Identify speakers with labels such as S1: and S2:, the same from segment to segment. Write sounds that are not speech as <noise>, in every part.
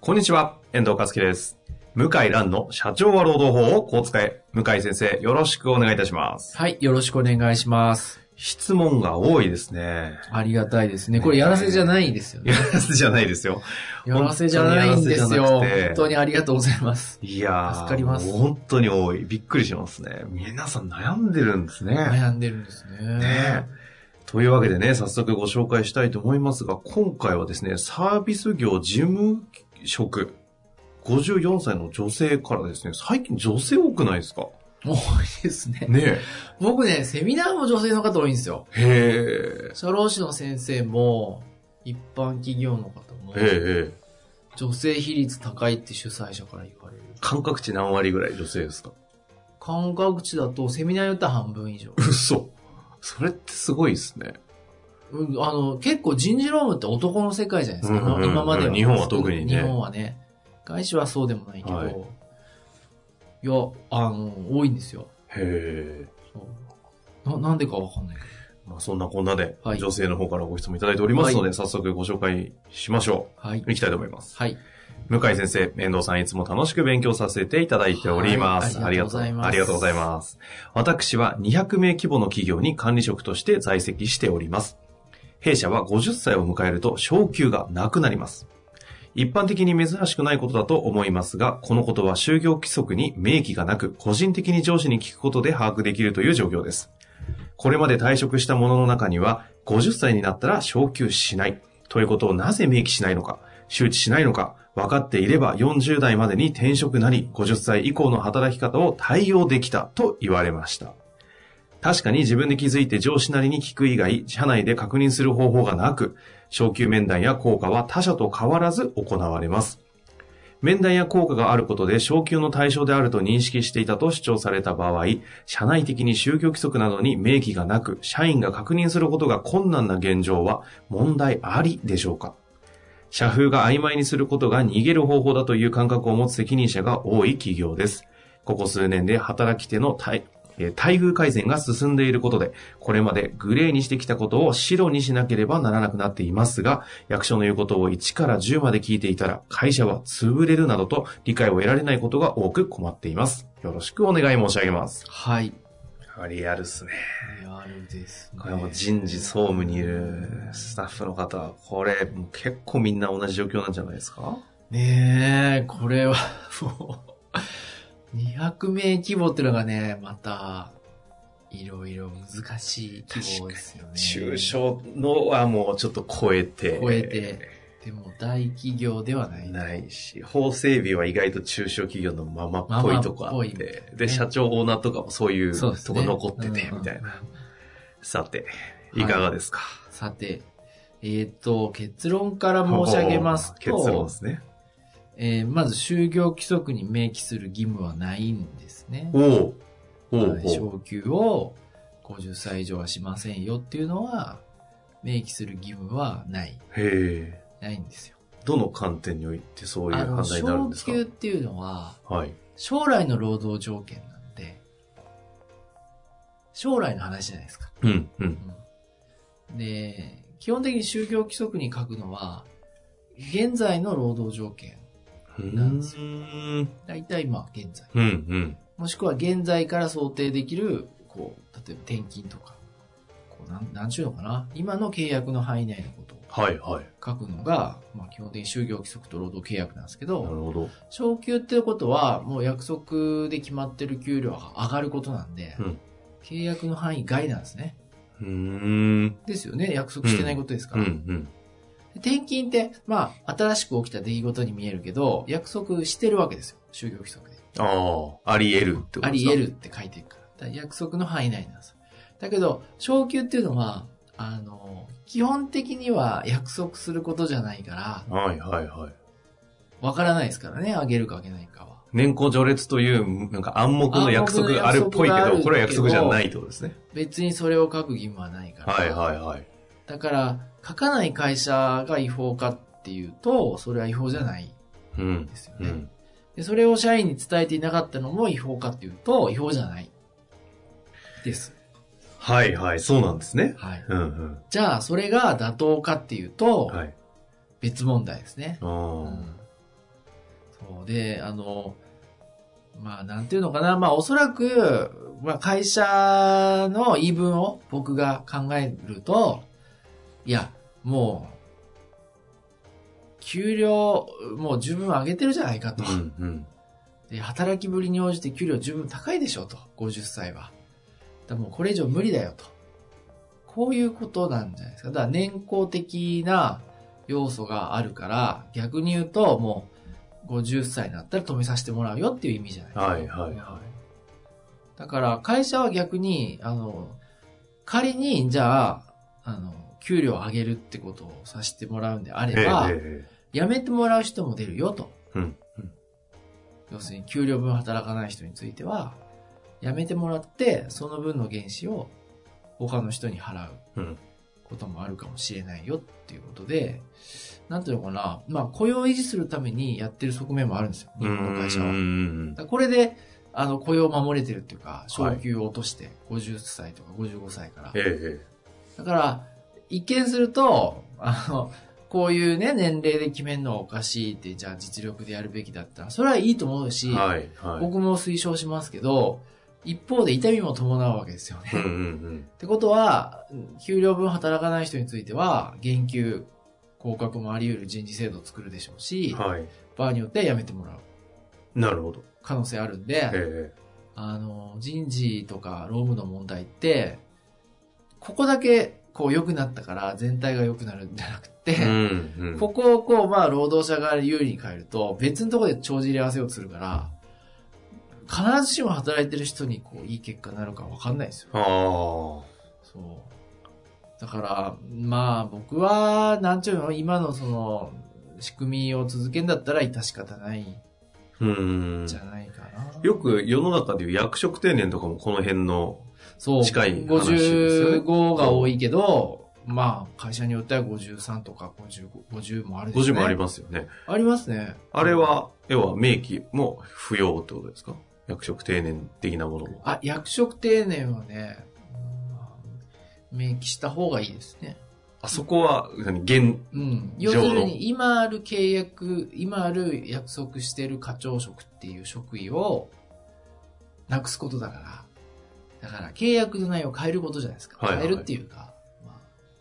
S1: こんにちは、遠藤和樹です。向井蘭の社長は労働法をこう使え。向井先生、よろしくお願いいたします。
S2: はい、よろしくお願いします。
S1: 質問が多いですね。
S2: ありがたいですね。これやらせじゃないですよ
S1: いや
S2: ね。
S1: らせじゃないですよ。
S2: やらせじゃないんですよ。
S1: 本当にやらせじゃなくて
S2: 本当にありがとうございます。
S1: いやー
S2: 助かります
S1: 本当に多い。びっくりしますね。皆さん悩んでるんですね。
S2: 悩んでるんですね。
S1: ねというわけでね、早速ご紹介したいと思いますが、今回はですね、サービス業事務職、54歳の女性からですね、最近女性多くないですか
S2: 多いですね。
S1: ね
S2: 僕ね、セミナーも女性の方多いんですよ。
S1: え。へ
S2: 社労士の先生も、一般企業の方も
S1: え。へ、え。へえ
S2: 女性比率高いって主催者から言われる。
S1: 感覚値何割ぐらい女性ですか
S2: 感覚値だとセミナーによっては半分以上。
S1: 嘘。それってすごいですね。
S2: うんあの、結構人事労務って男の世界じゃないですか。
S1: うんうんうん
S2: 今までは。
S1: 日本は特にね
S2: 日本はね。外資はそうでもないけど、
S1: はい
S2: い、や、あの、多いんですよ。
S1: へえ。
S2: そうななんでかわかんないけど。
S1: まあそんなこんなで、
S2: はい
S1: 女性の方からご質問いただいておりますので、早速ご紹介しましょ
S2: はい。
S1: う。いきたいと思います。
S2: はい。
S1: 向井先生、遠藤さんいつも楽しく勉強させていただいております。
S2: はいありがとうございます
S1: ありがとうございます。私は200名規模の企業に管理職として在籍しております。弊社は50歳を迎えると昇給がなくなります。一般的に珍しくないことだと思いますが、このことは就業規則に明記がなく、個人的に上司に聞くことで把握できるという状況です。これまで退職した者の中には、50歳になったら昇給しないということをなぜ明記しないのか、周知しないのか、分かっていれば40代までに転職なり、50歳以降の働き方を対応できたと言われました。確かに自分で気づいて上司なりに聞く以外、社内で確認する方法がなく、昇給面談や効果は他社と変わらず行われます。面談や効果があることで昇給の対象であると認識していたと主張された場合、社内的に就業規則などに明記がなく、社員が確認することが困難な現状は問題ありでしょうか社風が曖昧にすることが逃げる方法だという感覚を持つ責任者が多い企業です。ここ数年で働き手の待えー待遇改善が進んでいることで、これまでグレーにしてきたことを白にしなければならなくなっていますが、役所の言うことを1から10まで聞いていたら、会社は潰れるなどと理解を得られないことが多く困っています。よろしくお願い申し上げます。
S2: はい。
S1: リアルっすね。
S2: リアルです、ね。
S1: これはもう人事総務にいるスタッフの方は、これ、もう結構みんな同じ状況なんじゃないですか
S2: ねえ、これは、 <laughs> もう、200名規模ってのがね、また、いろいろ難しい規模ですよね。
S1: 中小のはもうちょっと超えて。
S2: 超えて。でも大企業ではない。
S1: ないし、法整備は意外と中小企業のままっぽいとこあ
S2: ママ
S1: っ
S2: っぽいみたい
S1: て
S2: な、ね
S1: で、社長オーナーとかもそういう
S2: そうです
S1: と
S2: ね
S1: こ残ってて、
S2: うん
S1: みたいな。さて、
S2: はい
S1: いかがですか、
S2: さて、えっ、と、結論から申し上げますと、
S1: 結論ですね。
S2: えーまず就業規則に明記する義務はないんですね。
S1: おうおう
S2: はい
S1: おう
S2: 昇給を50歳以上はしませんよっていうのは、明記する義務はない。
S1: へえ。
S2: ないんですよ。
S1: どの観点においてそういう
S2: あ
S1: 判
S2: の、
S1: 断になるん
S2: 昇
S1: ですか
S2: 給っていうのは、
S1: はい。
S2: 将来の労働条件なんで、将来の話じゃないですか。
S1: うん、うん。
S2: で、基本的に就業規則に書くのは、現在の労働条件。なんです
S1: うーん
S2: 大体今、現在。
S1: うん、うん。
S2: もしくは現在から想定できる、こう、例えば転勤とか、こうなん、なんちゅうのかな。今の契約の範囲内のことを
S1: はい、はい。
S2: 書くのが、まあ基本的に就業規則と労働契約なんですけ
S1: なる
S2: ど、
S1: ほど。
S2: 昇給っていうことは、もう約束で決まってる給料が上がることなんで、
S1: うん
S2: 契約の範囲外なんですね。
S1: うーん。
S2: ですよね。約束してないことですか
S1: うん、う
S2: ら。
S1: ん。
S2: 転勤って、まあ、新しく起きた出来事に見えるけど、約束してるわけですよ。就業規則で。
S1: ああ、あり得るってことですか
S2: あり得るって書いてるから。だから約束の範囲内なんです。だけど、昇給っていうのは、あの、基本的には約束することじゃないから、
S1: はいはいはい。
S2: わからないですからね、あげるかあげないかは。
S1: 年功序列という、なんか暗黙の約束があるっぽいけ
S2: 暗
S1: ど、こ
S2: 黙の約束があるけど
S1: れは約束じゃないってことですね。
S2: 別にそれを書く義務はないから。
S1: はいはいはい。
S2: だから、書かない会社が違法かっていうと、それは違法じゃない
S1: うんん。
S2: ですよ
S1: う
S2: ね。
S1: ん。
S2: でそれを社員に伝えていなかったのも違法かっていうと、違法じゃない。です。
S1: はいはい、そうなんですね。
S2: はい。
S1: うんうん。
S2: じゃあ、それが妥当かっていうと、
S1: はい。
S2: 別問題ですね。
S1: あー
S2: そうで、あの、まあ、なんていうのかな、まあ、おそらく、まあ、会社の言い分を僕が考えると、いや、もう、給料、もう十分上げてるじゃないかと。
S1: うんうん。
S2: で、働きぶりに応じて給料十分高いでしょうと、50歳は。だからもうこれ以上無理だよと。こういうことなんじゃないですか。だから年功的な要素があるから、逆に言うともう50歳になったら止めさせてもらうよっていう意味じゃないですか。
S1: はいはいは
S2: だから会社は逆に、あの、仮にじゃあ、あの、給料を上げるってことをさせてもらうんであ
S1: い。
S2: れ
S1: え
S2: ば、
S1: えええ
S2: 辞めてもらう人も出るよと。
S1: うんうん
S2: 要するに給料分働かない人については、辞めてもらって、その分の原資を他の人に払う
S1: うん
S2: こともあるかもしれないよっていうことで、なんていうのかな、まあ雇用を維持するためにやってる側面もあるんですよ、日
S1: うん
S2: 本の会社は。
S1: うんう
S2: だか
S1: ん
S2: らこれで、あの、雇用を守れてるっていうか、
S1: はい
S2: 昇給を落として、50歳とか55歳から。
S1: えええ
S2: だから、一見すると、あの、こういうね、年齢で決めるのはおかしいって、じゃあ実力でやるべきだったら、それはいいと思うし、
S1: えはいはい。
S2: 僕も推奨しますけど、一方で痛みも伴うわけですよね。
S1: うんう
S2: っ
S1: ん
S2: てことは、給料分働かない人については、減給、降格もあり得る人事制度を作るでしょう
S1: うん。
S2: し、
S1: はい。
S2: 場合によっては辞めてもらう
S1: なるほど。
S2: 可能性あるん
S1: ええ
S2: で、
S1: え
S2: あの、人事とか労務の問題って、ここだけこう良くなったから全体が良くなるんじゃなくて、
S1: えうんうん。
S2: ここをこう、まあ、労働者側に有利に変えると、別のところで帳尻合わせをするから、必ずしも働いてる人に、こう、いい結果になるかわかんないですよ。
S1: ああ。
S2: そう。だから、まあ、僕は、なんちゅうの、今のその、仕組みを続けんだったら、致し方ないん
S1: うんうん。
S2: じゃないかな。
S1: よく世の中でいう役職定年とかもこの辺の、
S2: そう、
S1: 近い話ですよね
S2: 55が多いけど、まあ、会社によっては53とか55、50もあるでしょ
S1: 50もあり
S2: ね。
S1: ますよね。
S2: ありますね。
S1: あれは、要は明記も不要ってことですか役職定年的なものも。
S2: あ、役職定年はね、うん明記した方がいいですね。
S1: あそこは、何、現、
S2: うん。
S1: 上
S2: 要
S1: の
S2: するに、今ある契約、今ある約束してる課長職っていう職位をなくすことだから。だから、契約の内容を変えることじゃないですか。
S1: はいはい
S2: 変えるっていうか、ま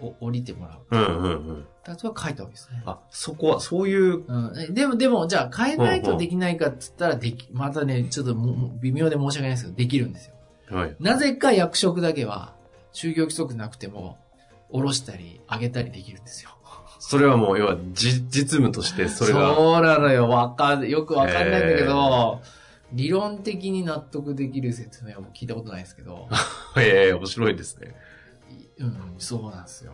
S2: あ、お降りてもらう。
S1: うんうんうん。
S2: だからそれは書いた方がいいですね。
S1: あ、そこは、そういう、
S2: うん、でも、でも、じゃあ変えないとできないかっつったら、でき、またね、ちょっともも微妙で申し訳ないですけど、できるんですよ。
S1: はい。
S2: なぜか役職だけは、就業規則なくても、下ろしたり、上げたりできるんですよ。
S1: それはもう、要は、じ、実務として、それが、
S2: そうなのよ。わかん、よくわかんないんだけど、理論的に納得できる説明は聞いたことないですけど、
S1: ええ面白いですね。
S2: うん、そうなんですよ。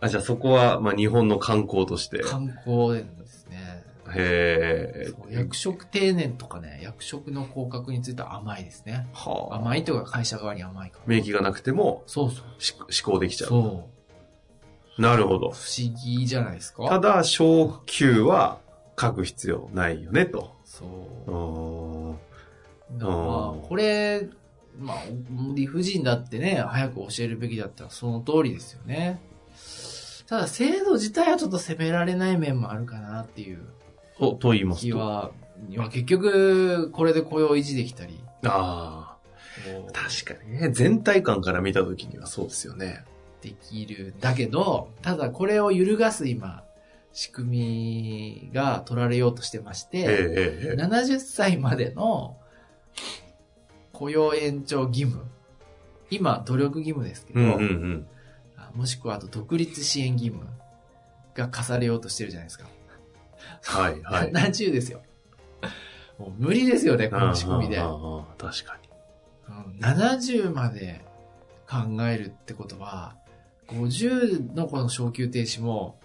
S1: あ、じゃあそこは、まあ、日本の観光として。
S2: 観光ですね。
S1: へえ
S2: そう役職定年とかね、役職の降格については甘いですね。
S1: はあ。
S2: 甘いというか会社側に甘いから。
S1: 明記がなくても、
S2: そうそう。
S1: し施行できちゃう。
S2: そ
S1: なるほ
S2: う。
S1: ど。
S2: 不思議じゃないですか
S1: ただ、昇給は書く必要ないよね、と。
S2: そう
S1: う。ーん。
S2: だからまあこれ、まあ、理不尽だってね、早く教えるべきだったらその通りですよね。ただ、制度自体はちょっと責められない面もあるかなっていう
S1: と、と言います
S2: 気
S1: と。あ
S2: は、まあ、結局、これで雇用を維持できたり、
S1: あ。
S2: こう
S1: 確かにね。全体感から見たときにはそうですよね。
S2: できる。だけど、ただこれを揺るがす今、仕組みが取られようとしてまし
S1: ええ
S2: て、
S1: ええええ
S2: 70歳までの雇用延長義務。今、努力義務ですけど、
S1: うんうんうん。
S2: あもしくはあと独立支援義務が課されようとしてるじゃないですか。
S1: はいはい。
S2: <laughs> 70ですよ。もう無理ですよね、この仕組みで。
S1: ああ
S2: うん
S1: ああああ確かに。
S2: 70まで考えるってことは、 50のこの昇給停止も、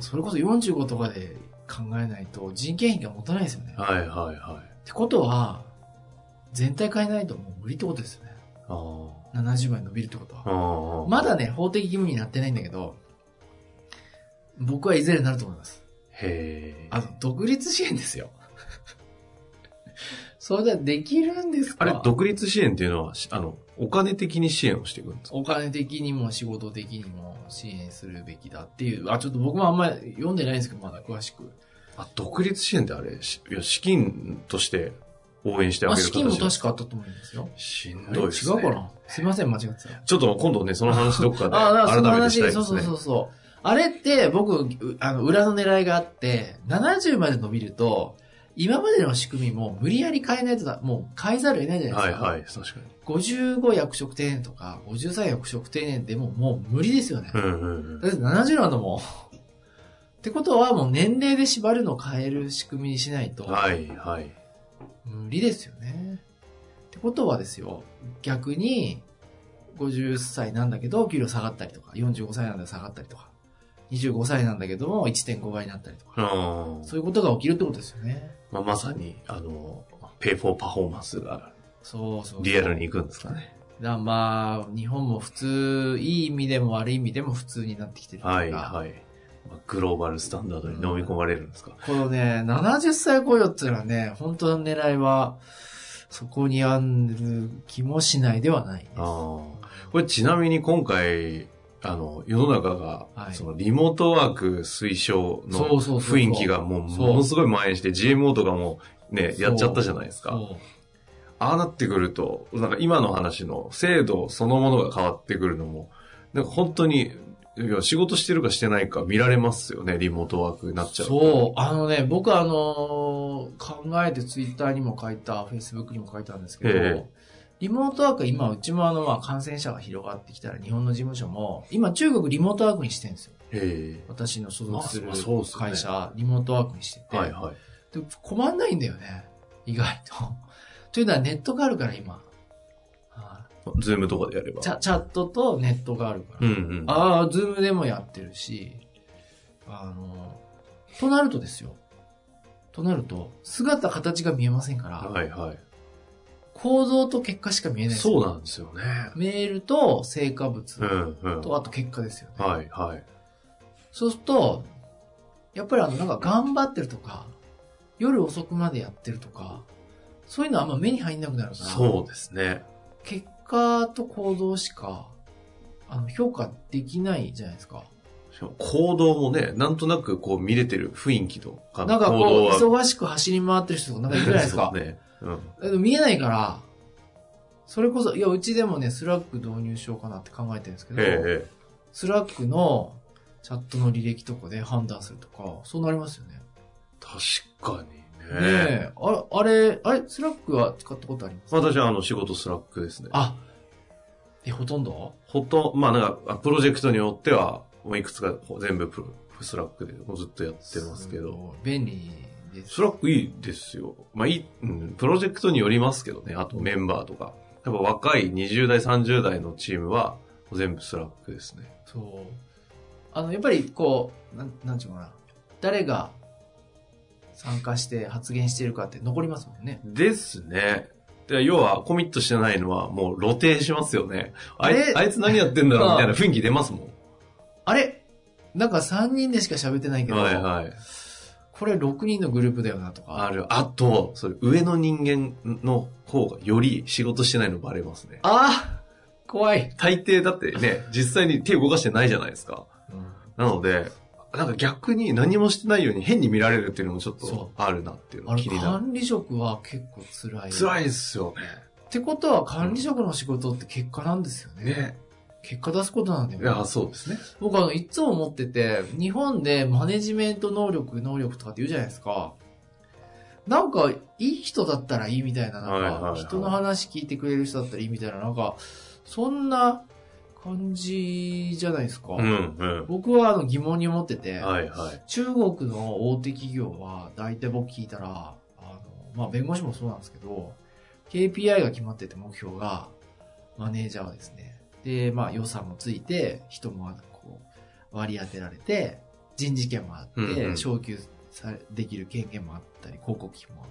S2: それこそ45とかで考えないと人件費が持たないですよね。っ
S1: はいはいはい。
S2: てことは、全体変えないともう無理ってことですよね。
S1: あー
S2: 70倍伸びるってことは。
S1: あー。
S2: まだね、法的義務になってないんだけど、僕はいずれなると思います。
S1: へえ。
S2: あと、独立支援で
S1: <laughs>
S2: すよ。それではできるんです
S1: あ
S2: か
S1: れ、独立支援っていうのは、しあの、お金的に支援をしていくんですか
S2: お金的にも仕事的にも支援するべきだっていう、あ、ちょっと僕もあんまり読んでないんですけど、まだ詳しく。
S1: あ、独立支援ってあれ、しいや資金として応援してあげ
S2: あ、
S1: る形
S2: 資金も
S1: なん
S2: 確かあったと思うんですよ。
S1: しん
S2: あれ
S1: どい
S2: 違
S1: ですね。
S2: うかなすいません、間違ってた。
S1: ちょっと今度ね、その話どっかで
S2: あ、だからその
S1: 改めてし
S2: 話、
S1: たいです
S2: そ
S1: ね。
S2: うそうそうそう。あれって僕、うあの、裏の狙いがあって、70まで伸びると、今までの仕組みも無理やり変えないとだ、もう変えざるを得ないじゃない
S1: は
S2: で
S1: い
S2: すか。
S1: はい、確かに。
S2: 55役職定年とか、53役職定年でももう無理ですよね。
S1: うんうんうん。
S2: だって70なんだもん。ってことはもう年齢で縛るのを変える仕組みにしないと
S1: はいはい。
S2: 無理ですよね。ってことはですよ、逆に50歳なんだけど給料下がったりとか、45歳なんだけど下がったりとか、25歳なんだけども1.5倍になったりとか、
S1: あー
S2: そういうことが起きるってことですよね。
S1: まあ、まさに、あの、ペイフォーパフォーマンスが
S2: そうそうそう。
S1: リアルに行くんですかね。
S2: だからまあ、日本も普通、いい意味でも悪い意味でも普通になってきてるというか。
S1: はいはい。まあグローバルスタンダードに飲み込まれるんですか。
S2: このね、70歳雇用っていうのはね、本当の狙いは、そこにある気もしないではないです。
S1: あーこれちなみに今回、あの、世の中が、
S2: はい
S1: そのリモートワーク推奨の
S2: そうそうそう
S1: 雰囲気がもう
S2: そう
S1: ものすごい蔓延して GMO とかもね、やっちゃったじゃないですか。
S2: そう
S1: ああなってくると、なんか今の話の制度そのものが変わってくるのも、なんか本当に、いや仕事してるかしてないか見られますよね、リモートワークになっちゃう。
S2: そう、あのね、僕あのー考えてツイッターにも書いた、フェイスブックにも書いたんですけど、
S1: え
S2: リモートワーク今、うちもあの、まあ、感染者が広がってきたら日本の事務所も、今中国リモートワークにしてるんですよ。
S1: へ
S2: 私の所属する
S1: まあそうですね
S2: 会社、リモートワークにして
S1: え。
S2: て。
S1: はいはい。
S2: で困んないんだよね。意外と。 <laughs> というのはネットがあるから今。は
S1: ズームとかでやれば。
S2: いチャチャットとネットがあるから。
S1: うんうん。
S2: ああ、ズームでもやってるし。あの、となるとですよ。となると、姿形が見えませんから、
S1: はいはい。
S2: 構造と結果しか見えないです
S1: そうなんですよね。
S2: メールと成果物
S1: うんうん。
S2: と、あと結果ですよね。
S1: はいはい。
S2: そうすると、やっぱりあの、なんか頑張ってるとか、夜遅くまでやってるとか、そういうのはあんま目に入んなくなるから、
S1: そうですね。
S2: 結果と行動しか、あの、評価できないじゃないですか。
S1: しかも行動もね、なんとなくこう見れてる雰囲気とか
S2: な
S1: の
S2: んかこ
S1: 行動
S2: う、
S1: は。
S2: 忙しく走り回ってる人とかなんかいるじゃないです
S1: <laughs>
S2: か
S1: そう。ね。うん。
S2: だけど見えないから、それこそ、いや、うちでもね、スラック導入しようかなって考えてるんですけど、
S1: ええ。
S2: スラックのチャットの履歴とかで判断するとか、そうなりますよね。
S1: 確かに
S2: ね
S1: ね。
S2: え、あれ、あれ、あれ、スラックは使ったことあります
S1: 私はあの仕事スラックですね。
S2: あ、え、ほとんど
S1: ほとんまあなんか、プロジェクトによっては、もういくつかこう全部プロスラックでもうずっとやってますけど、。
S2: 便利です。
S1: スラックいいですよ。まあいい、うん、プロジェクトによりますけどね、あとメンバーとか。やっぱ若い20代、30代のチームは、全部スラックですね。
S2: そう。あの、やっぱりこう、なん、なんちゅうのかな。誰が参加して発言してるかって残りますもんね。
S1: ですね。で要は、コミットしてないのは、もう露呈しますよね。あい
S2: え
S1: あいつ何やってんだろう
S2: ああ
S1: みたいな雰囲気出ますも
S2: あれなんか3人でしか喋ってないけ
S1: ん。
S2: ど、
S1: はいはい。
S2: これ6人のグループだよなとか。
S1: ある。あと、それ、上の人間の方がより仕事してないのバレますね。
S2: あー怖い、
S1: 大抵だってね、実際に手動かしてないじゃないですか。なので、なんか逆に何もしてないように変に見られるっていうのもちょっ
S2: そう
S1: とあるなっていうの
S2: あ
S1: が
S2: れ、
S1: 気になる。
S2: 管理職は結構辛い。
S1: 辛い
S2: っ
S1: ですよ
S2: てことは管理職の仕事って結果なんですよ
S1: ね。
S2: ね。
S1: ね。
S2: 結果出すことなんだよ
S1: い
S2: ね。
S1: や、そうですね。
S2: 僕あの、いつも思ってて、日本でマネジメント能力、能力とかって言うじゃないですか。なんか、いい人だったらいいみたいな、
S1: はいはい
S2: な
S1: は
S2: んか、
S1: い
S2: 人の話聞いてくれる人だったらいいみたいな、なんか、そんな感じじゃないですか。
S1: うん、
S2: 僕はあの疑問に思ってて、
S1: うん。はいはい。
S2: 中国の大手企業は、大体僕聞いたら、あの、まあ、弁護士もそうなんですけど、KPI が決まってて目標が、マネージャーはですね、で、まあ予算もついて、人もこう割り当てられて、人事権もあって、
S1: うんうん
S2: 昇給さできる権限もあったり、広告費も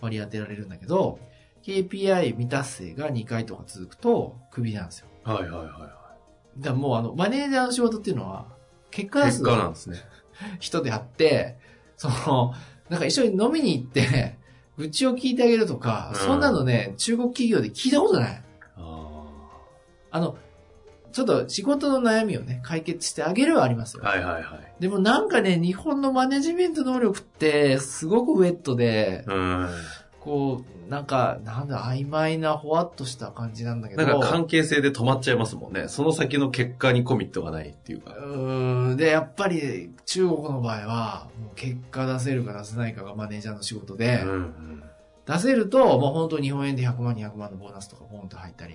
S2: 割り当てられるんだけど、KPI 未達成が2回とか続くと、クビなんですよ。
S1: はいはいはいは
S2: だからもうあの、マネージャーの仕事っていうのは、結
S1: い。
S2: 果出す
S1: 結果なんですね。
S2: 人であって、その、なんか一緒に飲みに行って、 <laughs> 愚痴を聞いてあげるとか、
S1: うん
S2: そんなのね、中国企業で聞いたことない。
S1: あ
S2: あの、ちょっと仕事の悩みをね、解決してあげるはありますよ
S1: あ。。はいはいはい。
S2: でもなんかね、日本のマネジメント能力って、すごくウェットで、
S1: うん。
S2: こう、なんか、なんだ、曖昧な、ほわっとした感じなんだけど。
S1: なんか関係性で止まっちゃいますもんね。その先の結果にコミットがないっていう
S2: う
S1: か。
S2: ーんで、やっぱり中国の場合は、もう結果出せるか出せないかがマネージャーの仕事
S1: う
S2: で、
S1: んうん。
S2: 出せると、もう本当日本円で100万200万のボーナスとかポンと入ったり、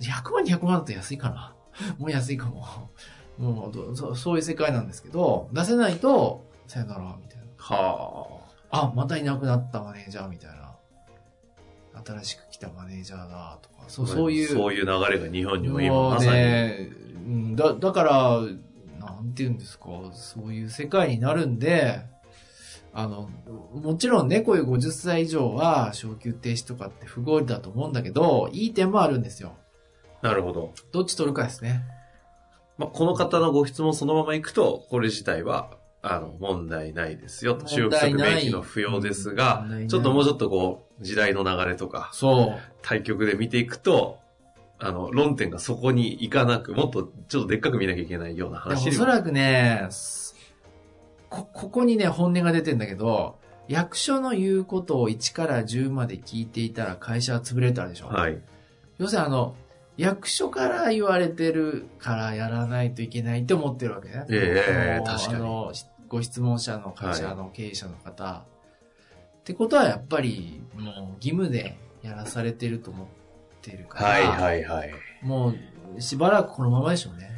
S2: 100万200万だと安いかな。 <laughs> もう安いかも。もうどそそういう世界なんですけど、出せないと、さよなら、みたいな。
S1: は
S2: あ、またいなくなったマネージャー、みたいな。新しく来たマネージャーだ、とか。そ
S1: あ。
S2: うそういう。
S1: そういう流れが日本にも今
S2: も
S1: ま
S2: う
S1: さに。
S2: ね、うんだ、だから、なんて言うんですか、そういう世界になるんで、あの、もちろんね、こういう50歳以上は、昇級停止とかって不合理だと思うんだけど、いい点もあるんですよ。
S1: なるほど。
S2: どっち取るかですね。
S1: まあ、この方のご質問そのままいくと、これ自体は、あの、問題ないですよと。中
S2: 問
S1: 国側
S2: 題ない
S1: 明記の不要ですが
S2: 問題な、い
S1: ちょっともうちょっとこう、時代の流れとか、
S2: そう。
S1: 対局で見ていくと、あの、論点がそこに行かなく、もっとちょっとでっかく見なきゃいけないような
S2: でも
S1: 話
S2: お
S1: に
S2: そ
S1: も。
S2: らくね、すこ、ここにね、本音が出てんだけど、役所の言うことを1から10まで聞いていたら会社は潰れたでしょ。
S1: はい。
S2: 要するにあの、役所から言われてるからやらないといけないって思ってるわけね。
S1: ええ
S2: あの
S1: 確かに
S2: あの、しご質問者の会
S1: は
S2: 社
S1: い
S2: の経営者の方。ってことはやっぱり、もう義務でやらされてると思ってるから。
S1: はいはいはい。
S2: もう、しばらくこのままでしょうね。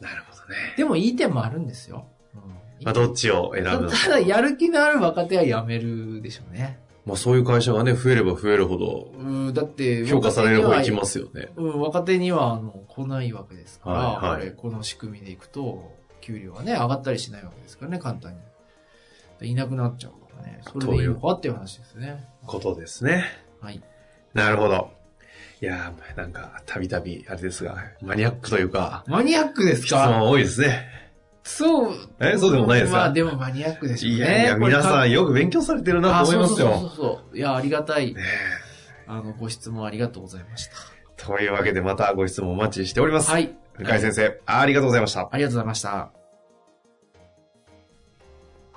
S1: なるほどね。
S2: でもいい点もあるんですよ。うん
S1: まあ、どっちを選ぶのか
S2: ただ、やる気のある若手はやめるでしょうね。
S1: まあ、そういう会社がね、増えれば増えるほど、
S2: うん、だって、
S1: 評価される方
S2: 若
S1: 行き
S2: 手には
S1: ますよね。
S2: うん、若手にはあの来ないわけですから、
S1: はいはい
S2: これこの仕組みでいくと、給料がね、上がったりしないわけですからね、簡単に。いなくなっちゃうからね。それでいいのかっていう話ですね。
S1: ことですね。
S2: はい。
S1: なるほど。いやー、なんか、たびたび、あれですが、マニアックというか、
S2: マニアックです
S1: 質
S2: か
S1: 問多いですね。
S2: そう。
S1: えそうでもないですか
S2: まあでもマニアックでしょうね。
S1: いやいや、
S2: これ
S1: 皆さんよく勉強されてるな
S2: あ
S1: と思いますよ。
S2: そうそうそうそう。いや、ありがたい
S1: ね。
S2: あの、ご質問ありがとうございまし
S1: えというわけで、またご質問お待ちしておりま
S2: た。
S1: す。
S2: はい。
S1: 向井先生、ありがとうございました。
S2: ありがとうございました。